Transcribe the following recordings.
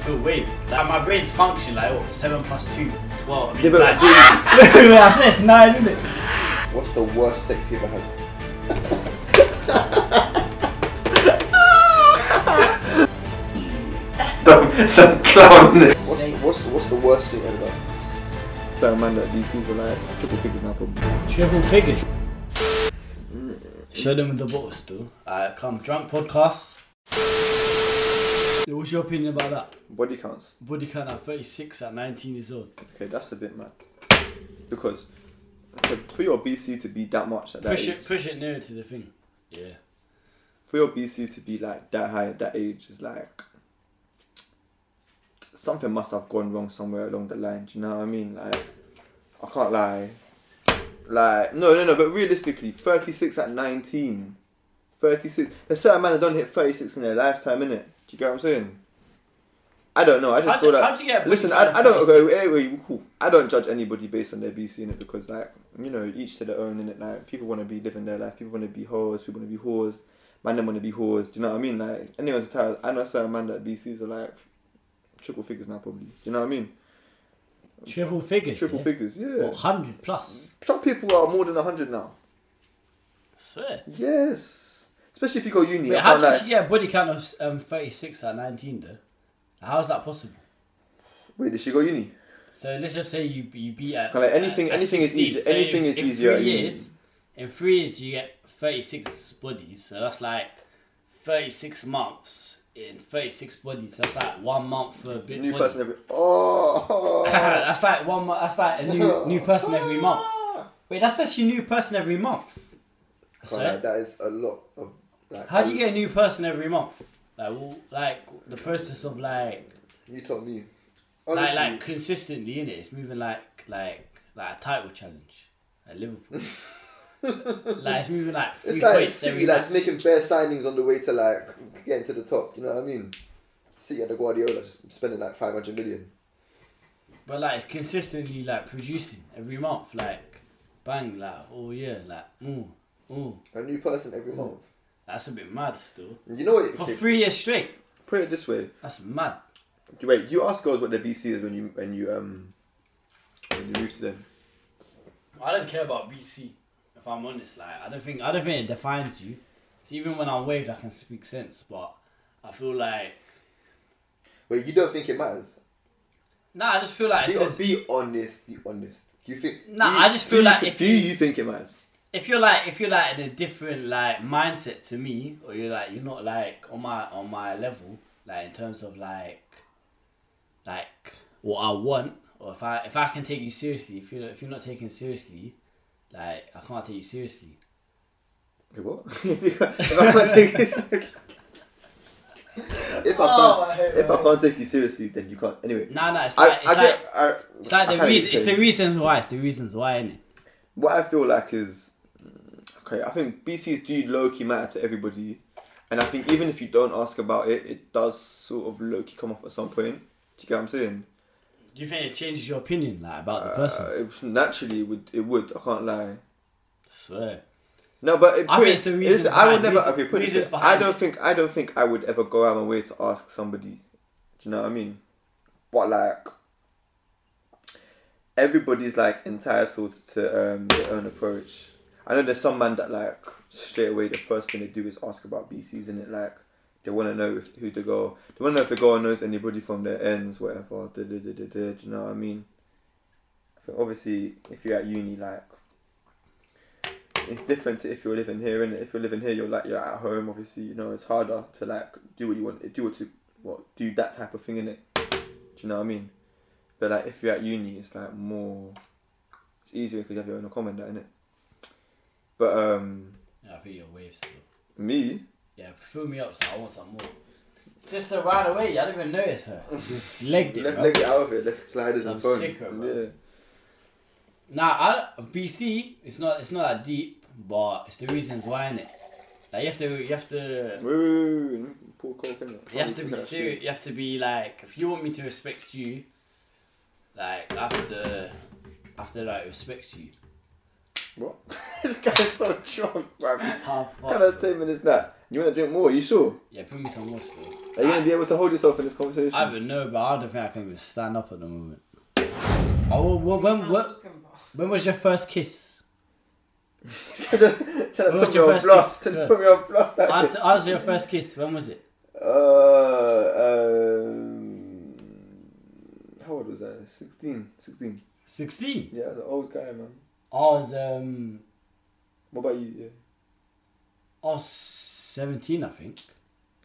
still weird. Like my brain's function like what seven plus two, twelve. I mean, Yeah, but- like, I said it's nine, isn't it? What's the worst sex you ever had? Some, some clown. What's what's what's the worst thing ever done? That man that DC for like triple figures now probably. Triple figures. Show them with the bottles still. Alright, come. Drunk podcasts. Yeah, What's your opinion about that? Body counts. Body count at 36 at 19 years old. Okay, that's a bit mad. Because to- for your BC to be that much at that Push age, it, push it nearer to the thing. Yeah. for your BC to be like that high at that age is like something must have gone wrong somewhere along the line. Do you know what I mean? Like I can't lie. Like no, no, no. But realistically, thirty six at nineteen. 36. There's certain man that don't hit 36 in their lifetime, innit? Do you get what I'm saying? I don't know. I just How'd feel you- like. how'd you get a body Listen, count I, at I don't. 36? Okay, anyway, cool. I don't judge anybody based on their BC in it because, like, you know, each to their own in it. Like, people want to be living their life. People want to be hoes. People want to be whores. Man, them want to be whores. Do you know what I mean? Like, anyone's entitled. I know certain man that BCs are like triple figures now, probably. Do you know what I mean? Triple figures. Triple figures, yeah. 100 plus. Some people are more than 100 now. Swear. Yes. Especially if you go uni. Wait, I how can't did you lie. actually get a body count of um, 36 at 19 though? How is that possible? Wait, did she go uni? So let's just say you you beat at Kinda anything- at- at anything is 16. easy- So anything if- is in easier at Three uni. years, in three years you get thirty six bodies. So that's like thirty six months in thirty six bodies. That's like one month for a bit. New body. person every. Oh. Ah. that's like one. mo- That's like a new new person every month. Wait, that's actually a new person every month. So Like, that is a lot of. Like, how do you get a new person every month? Like, well, like the process of like You told me. like Honestly, like consistently in it. It's moving like like like a title challenge at Liverpool. like it's moving like three it's like points City, every like match. just making bare signings on the way to like getting to the top. You know what I mean? City at the Guardiola just spending like five hundred million. but like it's consistently like producing every month. Like bang, like oh yeah, like ooh ooh. A new person every month. That's a bit mad still. You know what? Mm. For okay, three years straight, put it this way. that's mad. Wait, do you ask girls what their BC is when you when you um when you move to them? I don't care about BC. If I'm honest, like I don't think I don't think it defines you. So even when I'm waved, I can speak sense. But I feel like Wait, you don't think it matters? nah, I just feel like it Be, says be honest. Be honest. Do you think? Nah, do you- I just do feel you like thi- if do you- you think it matters? if you're like if you're like in a different like mindset to me or you're like you're not like on my on my level like in terms of like like what I want or if I if I can take you seriously if you're if you're not taken seriously like I can't take you seriously Wait, what? if I can't take you seriously. If I can't, Oh, if I can't take you seriously, then you can't. Anyway, nah nah it's I, like, it's, I like get. I, it's like I the can't reason it's explain. the reasons why it's the reasons why innit? What I feel like is, okay, I think BCs do low key matter to everybody, and I think even if you don't ask about it, it does sort of low key come up at some point. Do you get what I'm saying? Do you think it changes your opinion like about the person? Uh, it was- naturally it would. It would. I can't lie. swear. No, but it, I put think it- it's the reasons listen, I behind- would never. reason- okay, put it. reasons this way, I behind don't it. think. I don't think I would ever go out of my way to ask somebody. Do you know what I mean? But like, everybody's like entitled to um, their own approach. I know there's some man that like straight away the first thing they do is ask about BCs and it like they want to know if, who the girl. They want to know if the girl knows anybody from their ends, whatever. Da, da, da, da, da, do you know what I mean? I think obviously, if you're at uni, like it's different to if you're living here, and if you're living here, you're like you're at home. Obviously, you know it's harder to like do what you want, do what to what do that type of thing in it. Do you know what I mean? But like if you're at uni, it's like more. It's easier because you have your own comment in it. But um, Yeah, I think your waves still. me, Yeah, fill me up so I want some more. Sister ran away, I didn't even notice her. She just legged it. left bro. leg it out of it, left sliders Some and phone. sicker, bro. yeah. Nah, I, BC, it's not it's not that deep, but it's the reasons why in it. Like you have to you have to Wait, wait, wait, wait, wait. Poor coke, innit? you have to be serious. You have to be like if you want me to respect you, like I have to I have to like respect you. What? this guy's so drunk, bro. How What kind of statement is that? You want to drink more? Are you sure? Yeah, bring me some more still. Are you going to be able to hold yourself in this conversation? I don't know, but I don't think I can even stand up at the moment. Oh, well, when, when, when was your first kiss? trying to was put me your on first blast. kiss? Trying to put me on blast. like this. Answer, answer your first kiss. When was it? Uh, um, how old was I? 16. 16. 16. Yeah, I was an old guy, man. I was, um, What about you? Yeah. I was 17, I think.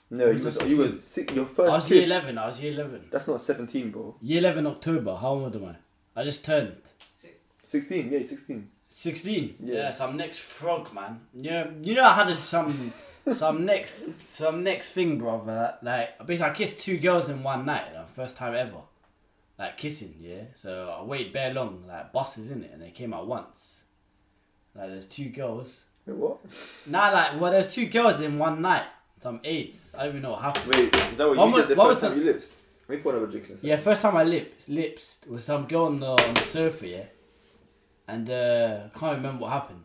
No, I you was was, like you were six, your first I was kiss. year 11. I was year 11. That's not 17, bro. Year 11 October. How old am I? I just turned 16, yeah, 16. 16. Yeah. Yeah, some next frog, man. Yeah, you know I had a, some some next some next thing, brother. Like basically, I kissed two girls in one night. Like, first time ever, like kissing. Yeah, so I waited bare long, like buses in it, and they came at once. Like there's two girls. Wait, what? Nah, like well, there's two girls in one night. Some AIDS. I don't even know what happened. Wait, is that what What you was- did the what first was time you lips? Let me pour another drink. in a second. Yeah, first time I lips lips was some girl on the, on the sofa, yeah, and uh, I can't remember what happened.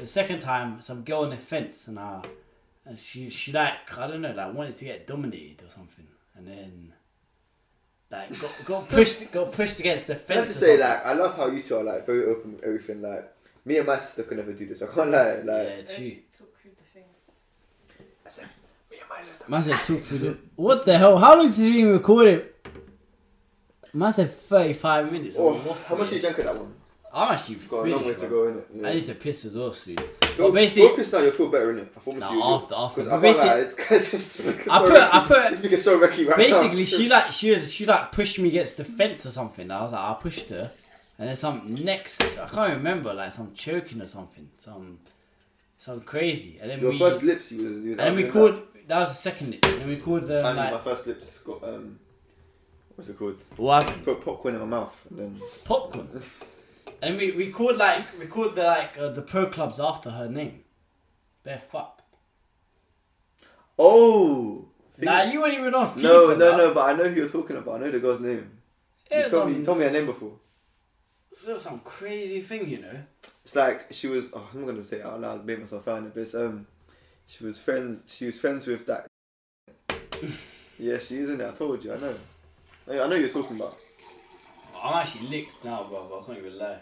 The second time, some girl on the fence, and I, and she she like I don't know, like wanted to get dominated or something, and then like got got pushed got pushed against the I fence. have to or say, something. like, I love how you two are like very open with everything. Like, me and my sister could never do this. I can't lie. Like, eh? yeah, she. It's I said, me and my sister. Man said took through the what the hell? How long did you even record it? Man said thirty five minutes. Oh, I'm how much you waffling. drank at that one? I'm actually Got a long way finished. to bro. go in it. I need to piss as well soon. Go, But basically, go piss now. You'll feel better in it. I promise No, you. after- after. Because I But can't lie, basically- it's because it's because I so put- I wrecky. put- It's because so wrecky right now. Basically, she like she was she like pushed me against the fence or something. I was like, I pushed her, and then some next I can't remember like some choking or something, some some crazy. And then Your we first lips, you was. You was and then we having called that. was the second. lip. And then we called that. um, And my like first lips got um. What's it called? what happened? Put popcorn in my mouth and then. popcorn. And we we called like we called the like uh, the pro clubs after her name. They're fucked. Oh. Nah, you weren't even on FIFA. no, no, bruv. no. But I know who you're talking about. I know the girl's name. It You was told me. on- You told me her name before. it was some crazy thing, you know. It's like she was. Oh, I'm not gonna say it out loud. Make myself out of it. But it's, um, she was friends. She was friends with that. yeah, she is in it. I told you. I know. I I know you're talking about. I'm actually licked now, bro. I can't even lie.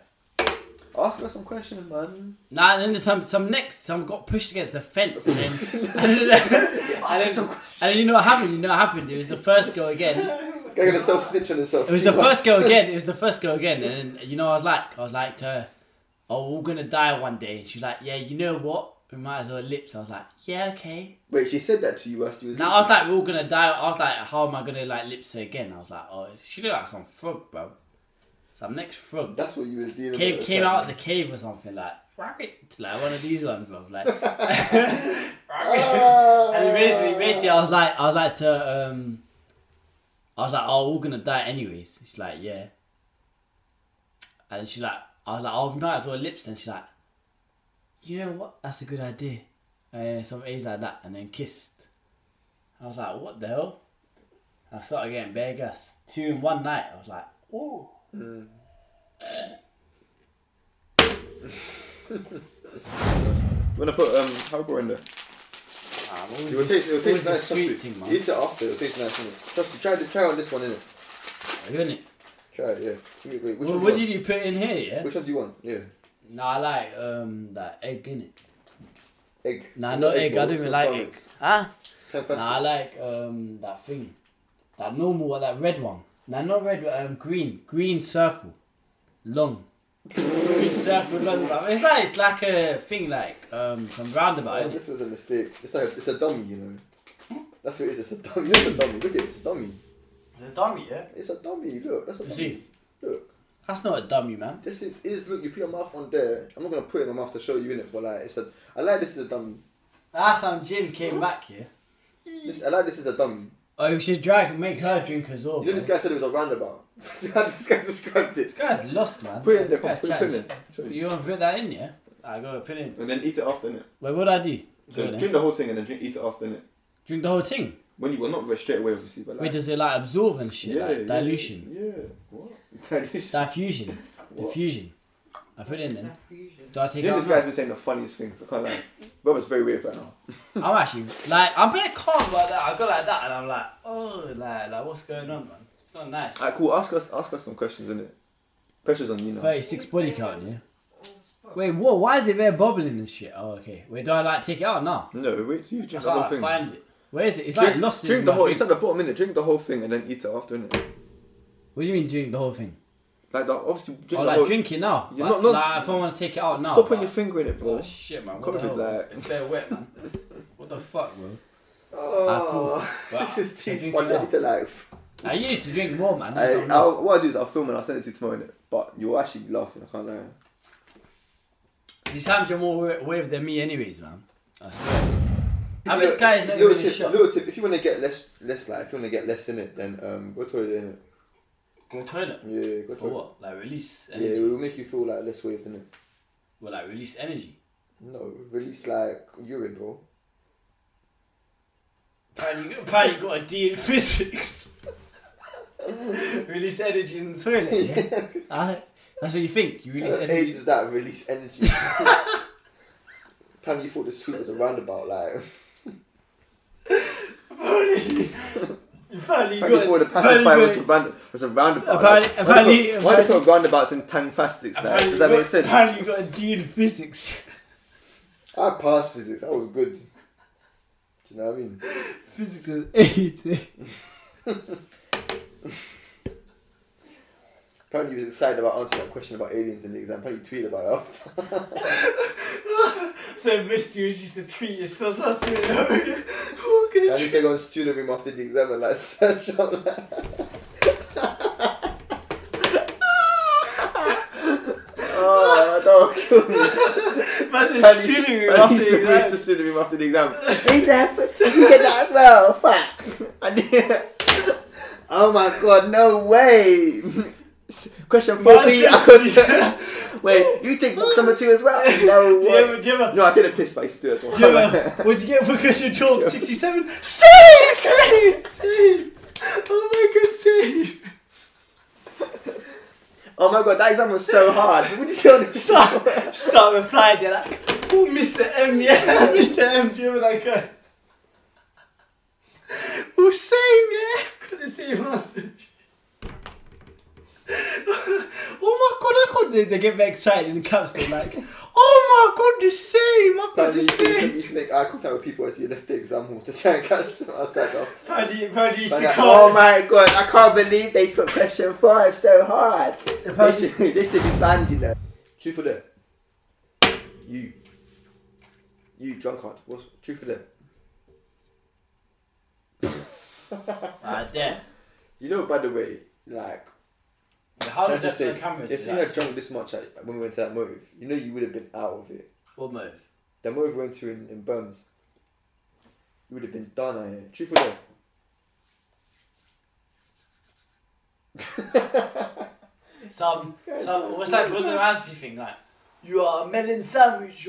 Ask her some questions, man. Nah, and then there's some some next some got pushed against the fence and then and then, Ask her some. and then you know what happened? You know what happened? It was the first go again. They're gonna self snitch on himself. It was the first go again. It was the first go again. And then, you know I was like I was like to her, oh we're gonna die one day. And she's like yeah you know what we might as well lips. I was like yeah okay. Wait, she said that to you whilst you was. Now I was like we're all gonna die. I was like how am I gonna like lips her again? I was like oh she looked like some frog bro. Some next frog That's what you was dealing came with. came Like, out of the cave or something like rabbit like one of these ones bro like. rabbit. "Ah." And then basically, basically, I was like, I was like to, um, I was like, oh, we're gonna die anyways. She's like, yeah. And then she like, I was like, oh, we might as well lips. And she's like, you know what? That's a good idea. And then some A's like that, and then kissed. I was like, what the hell? I started getting bare gas. Two in one night. I was like, ooh. You wanna put um Haribo in there? Ah, what was It will this, what was taste. It will taste nice. this trust me. sweet thing, man? Eat it after. It will taste nice. innit? Trust me. Try the try on this one innit? Isn't it? Try it. Yeah. Wait, wait, which Well, one what do did you? you put in here, yeah? want? Which one do you want? Yeah. Nah, I like um, that egg, in it. Egg. Nah, It's no not egg, I balls, don't even it's like salmon. egg. Huh? It's ten Nah, I fast. like um that thing, that normal one, that red one. Nah, not red, but um green, green circle, long. green circle, long. bruv. It's like it's like a thing like um some roundabout. Oh, innit? this was a mistake. It's like it's a dummy, you know. Hmm? That's what it is. It's a dummy. It's a dummy. Look at it. It's a dummy. It's a dummy, yeah. It's a dummy. Look. That's a You dummy. see, Look. that's not a dummy, man. This is, is look. You put your mouth on there. I'm not gonna put it in my mouth to show you in it, but like it's a. I like this is a dummy. Last time Jim came back here, This, I like this is a dummy. oh, we should drag, make her drink as well. You know bro. this guy said it was a roundabout. See how this guy described This it. guy's lost, man. Put it in there. This Put, guy's put, put it in challenged. there. Show me. You want to put that in, yeah? I gotta put it in. And then eat it after innit? Wait, what I do? Go eh? So then. drink the whole thing and then drink eat it after innit? Drink the whole thing. When you well not straight away obviously, but like Wait, does it like absorb and shit? like dilution. Yeah. What? Dilution. Diffusion. What? Diffusion. I put it in then. Do I take You it know, out this now? guy's been saying the funniest things. I can't lie. Brother's very weird right now. I'm actually like I'm a bit calm about that. I go like that and I'm like, oh, like, like what's going on, man? It's not nice. Alright, cool. Ask us, ask us some questions, innit? Pressure's on you now. Thirty-six body count, yeah. Wait, whoa, why is it there bubbling and shit? Oh, okay. Wait, do I like take it out now? No, wait. till You drink the I whole can't like, thing. find it. Where is it? It's drink, like lost drink in the my whole. thing. It's at the bottom, innit? Drink the whole thing and then eat it after, innit? What do you mean drink the whole thing? Like, like obviously, drink Oh, the like whole. drink it now. You're like, not- not- like, if I want to take it out now. Stop but- putting your finger in it, bro. Oh shit, man! What Come the with hell? that. It's bare wet, man. What the fuck, bro? Ah, cool. Oh, Wow. this is Can too you funny. do I need to life. I used to drink more, man. That's I, not nice. I'll, what I do is I'll film and I'll send it to you tomorrow, innit? But you'll actually be laughing. I can't lie. These times you're more wa- wave than me, anyways, man. I swear. And Little- Ah, this guy is never little gonna tip, shot. Little tip: If you want to get less, less like, if you want to get less in it, then um, go to it in Go toilet. Yeah, go For to it. what? Like release Yeah, energy. it will make you feel like less waved in it. Well, like release energy. No, release like urine, bro. Apparently, you- apparently you got a D in physics. release energy in the toilet. Yeah? Ah, that's what you think. You release Uh, energy. AIDS is that release energy. Apparently, you thought the sweet was a roundabout. Like, Apparently, you apparently, you got. thought the apparently you pacifier was a, got- round, was a roundabout. Apparently- like, why apparently- they put- why they put roundabouts in tang fastics? Like, apparently does you that got- make sense? Apparently, you got a D in physics. I passed physics. I was good. Do you know what I mean? Physics is eight. Apparently, you was excited about answering that question about aliens in the exam. Apparently, you tweeted about it after. so mysteries used to tweet your stuff. I was doing it. Who can I need to go on student room after the exam and like search up. Like, oh, dog. Imagine And he- shooting me and after he's you supposed guys. to sit him after the exam. Exam, you get that as well. Fuck. And then- oh my god, no way. Question four. Why please. should Wait, you take box number two as well? No Do you ever, way. do you ever, No, I take a piss, but I used to do it. do you ever, what'd you get for question 12? 67? Save! Save! Save! Oh my god, save! Oh my god, that exam was so hard. What did you do on the Start, start replying, they're like, oh, Mr. M, yeah, Mr. M, do you ever like, uh, oh, same, yeah, got the same answer. oh my god, I couldn't, they get very excited in the caps, they're like, oh my god, the same, I got Apparently, the you used same. to- you used to make eye contact with people as you left the exam hall to try and catch them outside. Though. Apparently, apparently used Like, to oh call. my god, I can't believe they put question five so hard. They Apparently- should, they should be banned, you know. Truth or dare? You. You, drunkard. What's truth or dare? Ah, damn. You know, by the way, like, How let's does that just for say, the cameras? if is you that? had drunk this much at, when we went to that move, you know you would have been out of it. What move? That move we went to in, in Burns, you would have been done out here. Truth or dare? Some, some, what's that Gordon Ramsay thing like? You are a melon sandwich.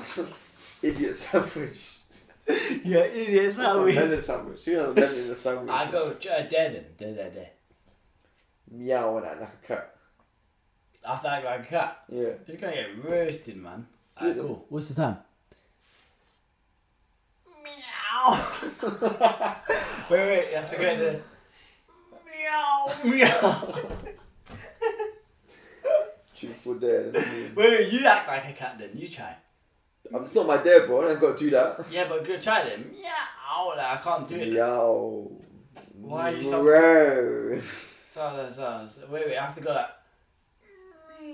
Idiot sandwich. You're an idiot That's a melon sandwich. Who has a melon in the sandwich? I go, uh, dare then, dare, dare, dare. meow and act like a cat. After I got a cut, Yeah. it's gonna get roasted, man. Alright, Yeah. cool. What's the time? Meow. wait, wait, you have to go to. Meow, meow. Truthful dare. let me- Wait, wait, you act like a cat then, you try. Um, It's not my dare, bro. I ain't got to do that. Yeah, but go try then. Meow, like, I can't do it. Yo. Why are you so- Bro. So, so, so, so- wait, wait, I have to go like.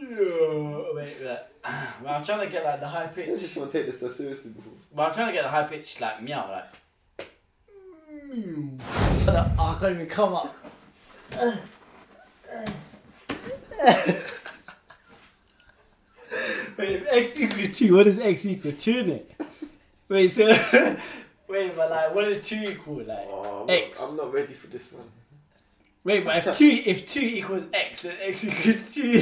Wait, wait. Like, well, I'm trying to get like the high I pitch. just want to take this so seriously before. Well, I'm trying to get the high pitch like meow, like. Meow. I can't even come up. Wait, if x equals 2, what is x equal? 2 in it? Wait, so. wait, but like, what is 2 equal? Like, Oh, I'm, X. Not, I'm not ready for this one. Wait, but if two if two equals x, then x equals two.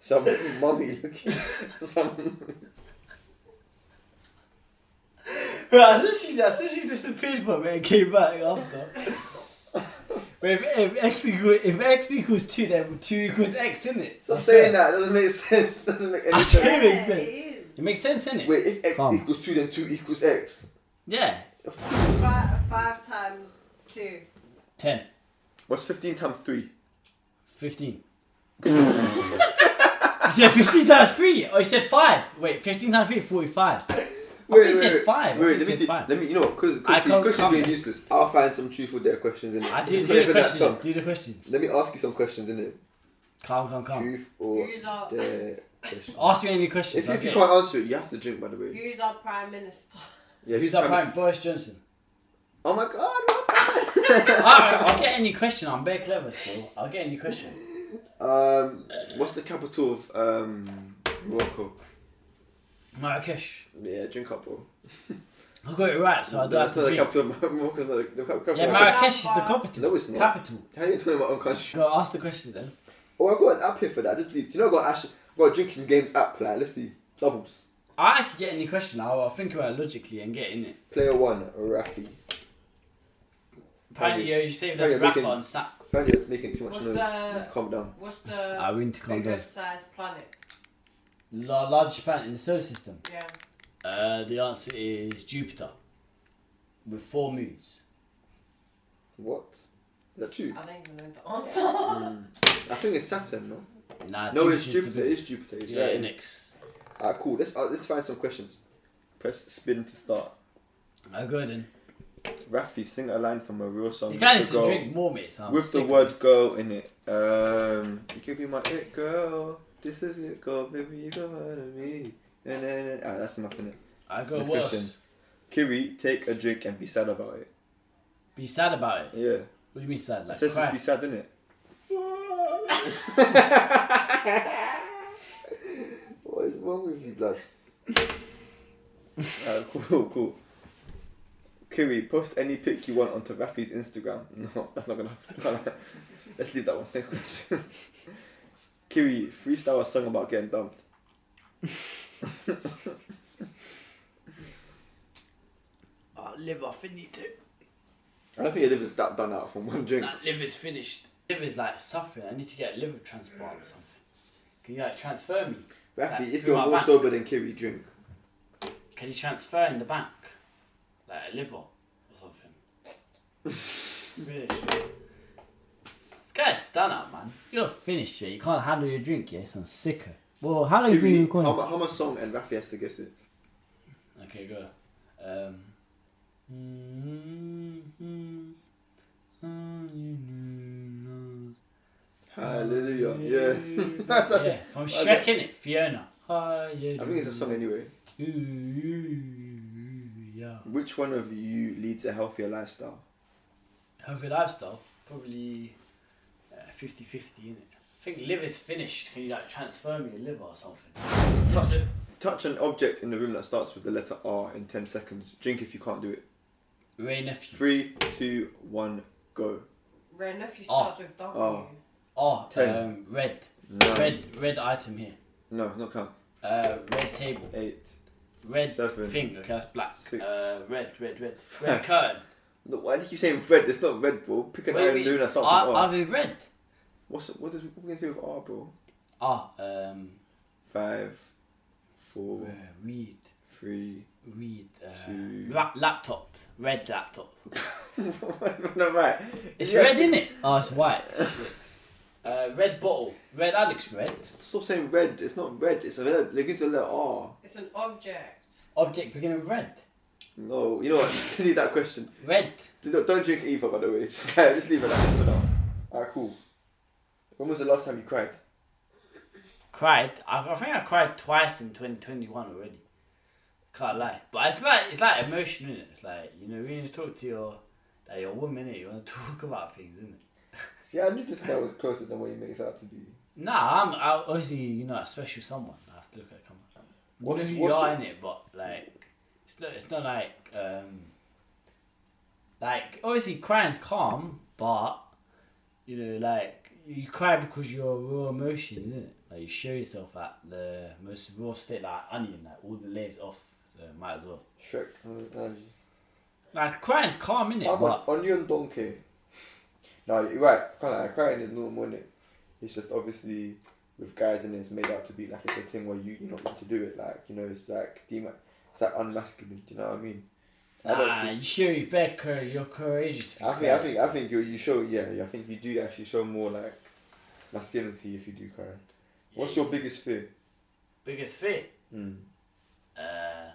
Some mummy looking. Some. Right, so she, so she disappeared from it and came back after. But if, if x equals if x equals two, then two equals x, in it. Stop saying that. It doesn't make sense. doesn't make any I sense. said- Yeah, makes it sense. is. It makes sense, innit? Wait, if x Come. equals two, then two equals x. Yeah, Five, five times two. 10, What's fifteen times three? 15. you said 15 times 3. Oh, you said 5. Wait, 15 times 3, 45. I thought you said five. I Wait, thought you let me. said do- five. Let me. You know, because I can't because you're come being here. useless. I'll find some truth with their questions in it. I did do the question. Do the questions. Let me ask you some questions in it. Come, come, come. Truth or Who's our, dare question. Oh. Ask me any questions. If, if you okay. can't answer it, you have to drink. By the way. who's our prime minister? Yeah. Who's our prime? Boris Johnson. Oh my god. What Alright, I'll get any question. I'm very clever still. I'll get any question. the- um. What's the capital of um Morocco? Marrakesh. Yeah, drink up, bro. I got it right, so I don't have That's to not the drink. capital of Morocco's not the- the capital. of Yeah, Morocco. Marrakesh is the capital. No, it's not. Capital. How you talking about my own country? Go ask the question then. Oh, I got an app here for that. Just leave. Do you know I got Ash? I got a drinking games app. Like, let's see. Doubles. I actually get any question. I'll, I'll think about it logically and get in it. Player one, Rafi. Apparently, yo, you saved Hey, us we Rafa can- on Snap. Apparently, you're making too much What's noise. the- Just calm down. What's the I went Ah, to calm down. biggest size planet? La- largest planet in the solar system. Yeah. Uh, the answer is Jupiter. With four moons. What? Is that true? I don't even know the answer. I think it's Saturn, no? Nah, No, it's Jupiter's the Jupiter. big- It's Jupiter. It's Yeah, right. next. Alright, cool. Let's uh, let's find some questions. Press spin to start. I go then. Rafi, sing a line from a real song. You kind of with to the girl- drink more, mate. so I'm with the sick. word "girl" in it. Um, you could be my it girl. This is it, girl, baby. You go out of me. And then, ah, that's enough in it. I go Next worse. question. Kiri, take a drink and be sad about it. Be sad about it. Yeah. What do you mean sad? I Like said just cry. be sad, didn't it? what is wrong with you, blood? Ah, cool, cool. Kiri, post any pic you want onto Rafi's Instagram. No, that's not gonna happen. Let's leave that one. Next question. Kiri, freestyle a song about getting dumped. Oh, liver finito. I don't think your liver's that done out from one drink. That liver's finished. Liver's like suffering. I need to get a liver transplant or something. Can you like transfer me? Rafi, if Through you're my more back. sober than Kiri, drink. Can you transfer in the bank? Like a liver or something. finished. This guy's done up, man. You're finished, mate. You can't handle your drink, yeah? Some sicker. Well, how long have you Kiri, been how, recording? mu- how much song and Rafi has to guess it? Okay, go. Um. Hallelujah. Yeah. That's a- yeah, from Shrek, innit? Fiona. I I think it's a song anyway. Yeah. Which one of you leads a healthier lifestyle? Healthy lifestyle, probably uh, 50 50, innit? I think liver's finished. Can you like transfer me a liver or something? Touch, touch an object in the room that starts with the letter R in 10 seconds. Drink if you can't do it. Ray nephew. Three, two, one, go. Ren, nephew Oh. starts with W. Oh. Oh, Ten. um, red. Nine. Red, red item here. No, not count. Uh, red table. Eight. Red Seven. thing. Okay, that's black. Six. Uh, red, red, red. Red curtain. No, why do you keep saying red? It's not red, bro. Pick an Wait, iron wait. moon or something. Are, R. are they red? What's, what does what can do with R, bro? Ah, um, Five, four, uh, read, three. read. Uh, Two. la- laptops. Red laptop. no, right. It's Yes. red, isn't it? Oh, it's white. Shit. Uh, red bottle. Red Alex. Red Stop saying red. It's not red. It's a letter. It gives you a letter R. It's an object. object beginning with red. No, you know what? Leave that question. Red. Don't, don't drink either, by the way. Just, just leave it like this for now. Alright, cool. When was the last time you cried? Cried. I, I think I cried twice in twenty twenty one already. Can't lie, but it's like it's like emotion, innit? It's like you know when you talk to your like your woman, innit? You want to talk about things, innit? See, I knew this guy was closer than what he makes out to be. Nah, I'm I, obviously you know a special someone. I have to look at the camera. What's- you know who what's you are it- in it, but like it's not it's not like um like obviously crying's calm, but you know like you cry because your raw emotion, isn't it? Like you show yourself at the most raw state, like onion, like all the layers off. So might as well. Shrek. Like crying's calm, innit? How But about Onion Donkey? No, you're right. Can't lie, crying is normal, innit? It's just obviously with guys and it's made out to be like it's a thing where you you're not meant to do it. Like you know, it's like dema- it's like unmasculine. Do you know what I mean? I don't Nah, see- you sure you're bad, cour- you're courageous. if you I think I cry. think I think you you show yeah, yeah, I think you do actually show more like masculinity if you do cry. What's your biggest fear? biggest fear? Mm. Uh,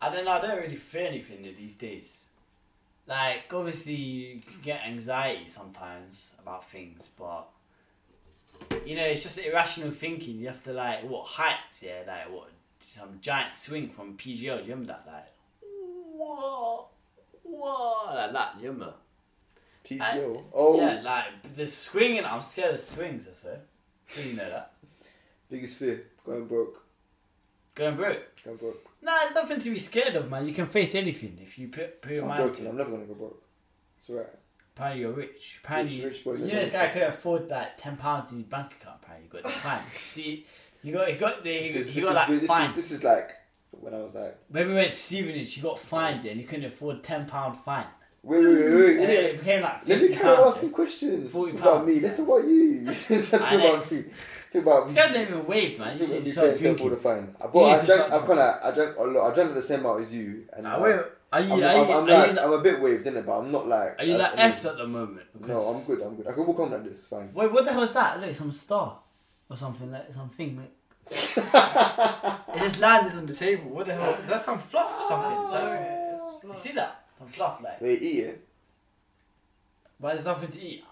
I don't know. I don't really fear anything these days. Like obviously, you can get anxiety sometimes about things, but you know, it's just irrational thinking. You have to like what heights, yeah, like what some giant swing from PGO. Do you remember that? Like whoa, whoa, like that. Do you remember? PGO. oh, Yeah, like the swinging. I'm scared of swings. I swear. You know that. biggest fear going broke. Going broke. Going broke. Nah, it's nothing to be scared of, man. You can face anything if you put, put your I'm mind joking. to I'm it. never gonna go broke. It's alright. Apparently you're rich. Apparently, Rich- rich boy, you know yeah. this guy could afford like ten pounds in his bank account. Apparently, you got the fine. See, you got you got the This you is this is, got that this, is, fine. this is like when I was like When we went to Stevenage, you got fined yeah, and you couldn't afford ten pound fine. wait wait wait wait. And wait. then it became like Let me fifty carry on pounds. asking questions. Talk 40 about me. pounds, Let's yeah. talk about you. Let's talk about Alex. me. Talk about This me. guy didn't even wave, man. You Think should it'd be just fair start to them for the drinking. fine. I, You bought, used I to drank. start I kind of. I drank a lot. I drank the same amount as you. And Nah, I- wait, are I'm, you are I'm, you I'm are like, you I'm a bit waved in it, but I'm not like. are you I- like I mean, effed at the moment? No, I'm good. I'm good. I could walk home like this. Fine. Wait, what the hell is that? Look, some star or something like something. Like. it just landed on the table. What the hell? That's some fluff. Something. Oh. That's some- you see that? Some fluff, like. They eat it. But there's nothing to eat.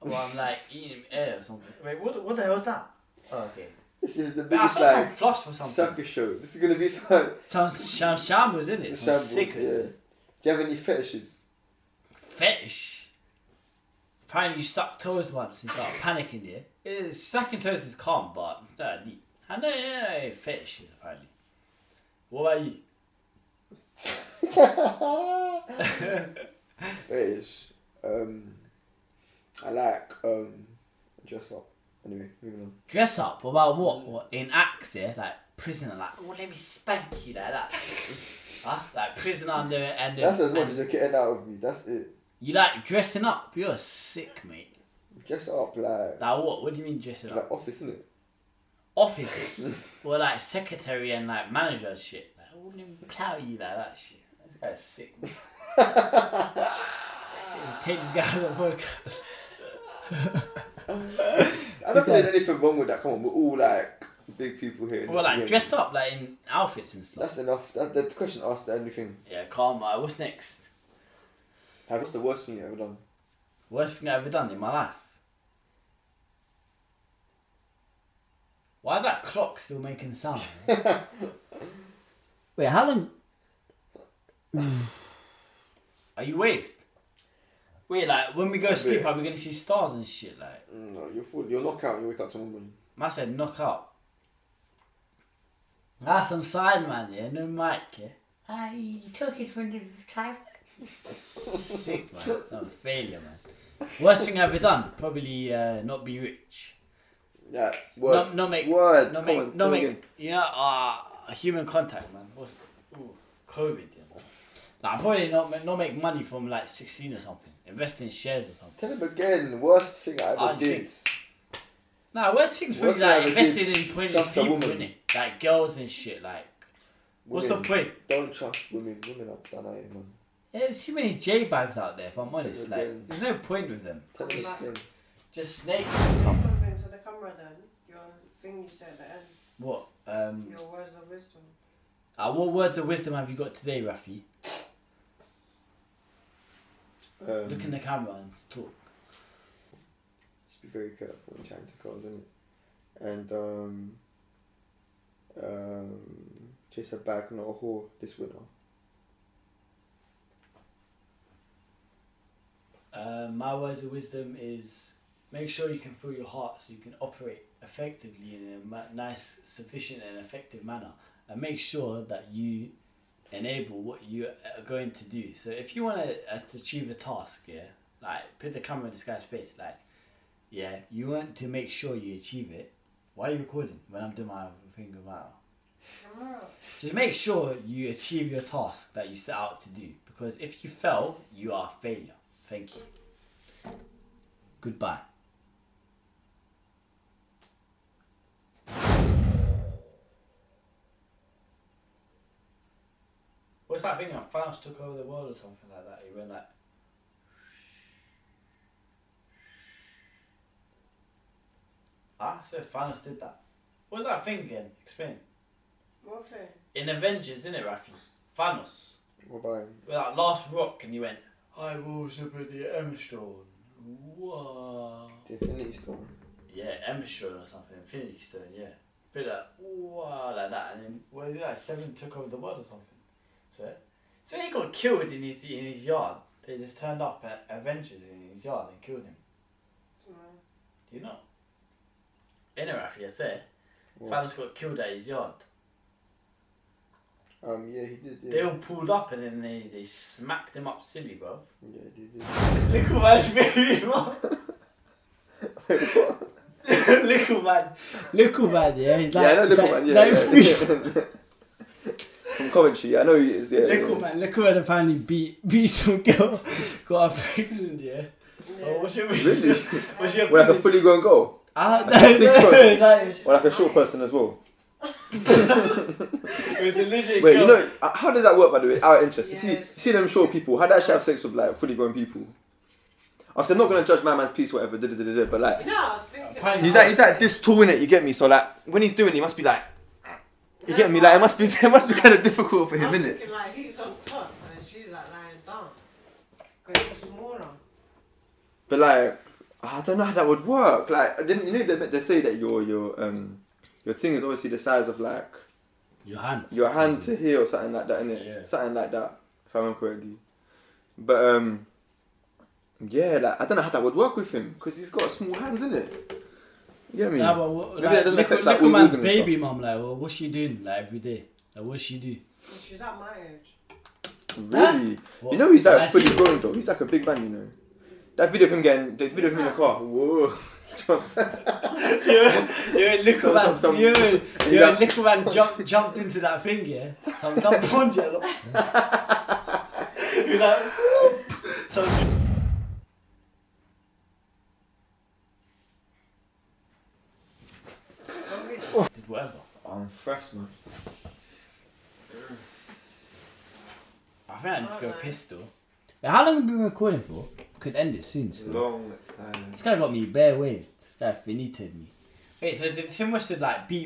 Well, I'm like eating air or something. Wait, what? What the hell is that? Oh, okay. This is the But I biggest saw like Ah, some fluff or something. sucker show. This is gonna be some Some sham shambles, isn't it? Some shambles. sick Yeah. Do you have any fetishes? fetish. Apparently, you sucked toes once and started panicking. Yeah, Eh, sucking toes is calm, but it's not deep. I know, no, no, no, fetish apparently. What about you? Fetish. Um, I like um, dress up. Anyway, moving on. Dress up. What about what? What in acts? Yeah, like prisoner. Like, oh, let me spank you like that. huh? Like prisoner under and That's as much and- as you're getting out of me. That's it. You like dressing up? You're sick, mate. Dress up like Like what? What do you mean dressing up? like office, isn't it? Office. or like secretary and like manager and shit. Like, I wouldn't even plow you like that shit. This guy's sick. man. Take this guy out of the podcast. I don't think there's anything wrong with that. Come on, we're all like big people here. Well, Yeah. like dress up like in outfits and stuff. That's enough. That, the question asked anything. yeah, karma. What's next? Have what's the worst thing you ever done? Worst thing I've ever done in my life. Why is that clock still making sound? Wait, how long? Are you waved? Wait, like when we go to sleep, are we gonna see stars and shit? Like, No, Mm, you're full. You're knockout. You wake up tomorrow morning. man said, knock out. Ah, some side man, yeah, no mic, yeah. Ah, you took it from the driver. Sick man, I'm a failure man. Worst thing I've ever done, probably uh, not be rich. Yeah. Word. No, no make Word. No Come make. on, no come make. again. You know, uh, human contact, man. What's ooh, COVID? Yeah. Like, I probably not ma- not make money from like sixteen or something. Invest in shares or something. Tell him again. Worst thing I ever I did. Nah, worst things for What's is like the other investing gigs? in pointless Trust a people, woman. innit? Like girls and shit. Like, what's the Women. point? Don't trust women. Women are done out here, man. There's too many J bags out there. If I'm honest, Tell me like, again. there's no point with them. Tell him Just- again. Just snake. something to the camera then. Your thing you said at the end. What? Um. Your words of wisdom. Uh, what words of wisdom have you got today, Rafi? Um, Look in the camera and talk. just be very careful when chatting to girls, innit? And um, um, chase a bag, not a whore, this winter. Uh, my words of wisdom is make sure you can feel your heart so you can operate effectively in a ma- nice, sufficient, and effective manner. And make sure that you enable what you are going to do. So if you want to achieve a task, yeah, like put the camera in this guy's face, like, yeah, you want to make sure you achieve it. Why are you recording when I'm doing my thing about? Camera. Just make sure you achieve your task that you set out to do Because if you fail, you are a failure. Thank you. Goodbye. What's that thing? When France took over the world or something like that. He went like. Ah, so Thanos did that. What's that thing again? Explain. What thing? In Avengers, isn't it, Rafi? Thanos. What about him? with that last rock and you went, I will super the Emstone. Wow. The Infinity Stone. Yeah, Emstone or something, Infinity Stone, yeah. Bit like, wow, like that. And then, what is it, like Seven took over the world or something? So, so he got killed in his, in his yard. They just turned up at Avengers in his yard and killed him. Oh, No. Do you know? Anyway, Rafi, I say, What? Thanos got killed at his yard. Um, yeah, he did. They all pulled up and then they, they smacked him up silly, bro. Yeah, he did. Little man's moving on. little man, little man, yeah, he's like, yeah, I know he's Little like, Man, yeah. like- yeah. From Coventry, I know he is, yeah. Little yeah. man, little man apparently beat beat some girl, got her pregnant, yeah. Oh, what's your Really? What's your We're like a fully grown goal. Ah, Like a big no, one. no, Or like a short person as well. it was a legit Wait, girl. you know, uh, how does that work by the way? Our interest. You see, you Yes. see them short people, how do they actually have sex with like fully grown people? I'm still not gonna judge my man's piece, whatever, da, da, da, da, da, but You like, know, I was thinking. Apparently he's like, he's like this tall in it, you get me? So like, when he's doing it, he must be like, you get me? Like, it must be, it must be kind of difficult for I him, was innit? thinking like he's on top and she's like lying down. Because he's smaller. But like, I don't know how that would work. Like, I didn't you know they, they say that your your um your thing is obviously the size of like your hand. your hand to here or something like that, innit? Yeah. Something like that, if I remember correctly. But um, yeah, like I don't know how that would work with him because he's got small hands, innit? You get me? Nah, but what, Maybe that like, doesn't little, affect, like, little all man's organs and baby mum, like, well, what's she doing, like, every day? Like, what's she do? And she's at my age. really? What- You know he's I like fully see- grown though. He's like a big man, you know. That video of him getting the video of him in the car. Whoa. you're, you're a little Some- man. some- you're, a- you you're a got- little man jump, jumped into that thing, yeah. Some some pond, yeah. Like, you're like, whoop. So, Obviously. did whatever. I'm fresh, man. I think I need to go Alright. piss though. Now, how long have we been recording for? Could end it soon. So. Long time. This guy got me bare waved. This guy finited me. Wait, so did Tim Westwood like beat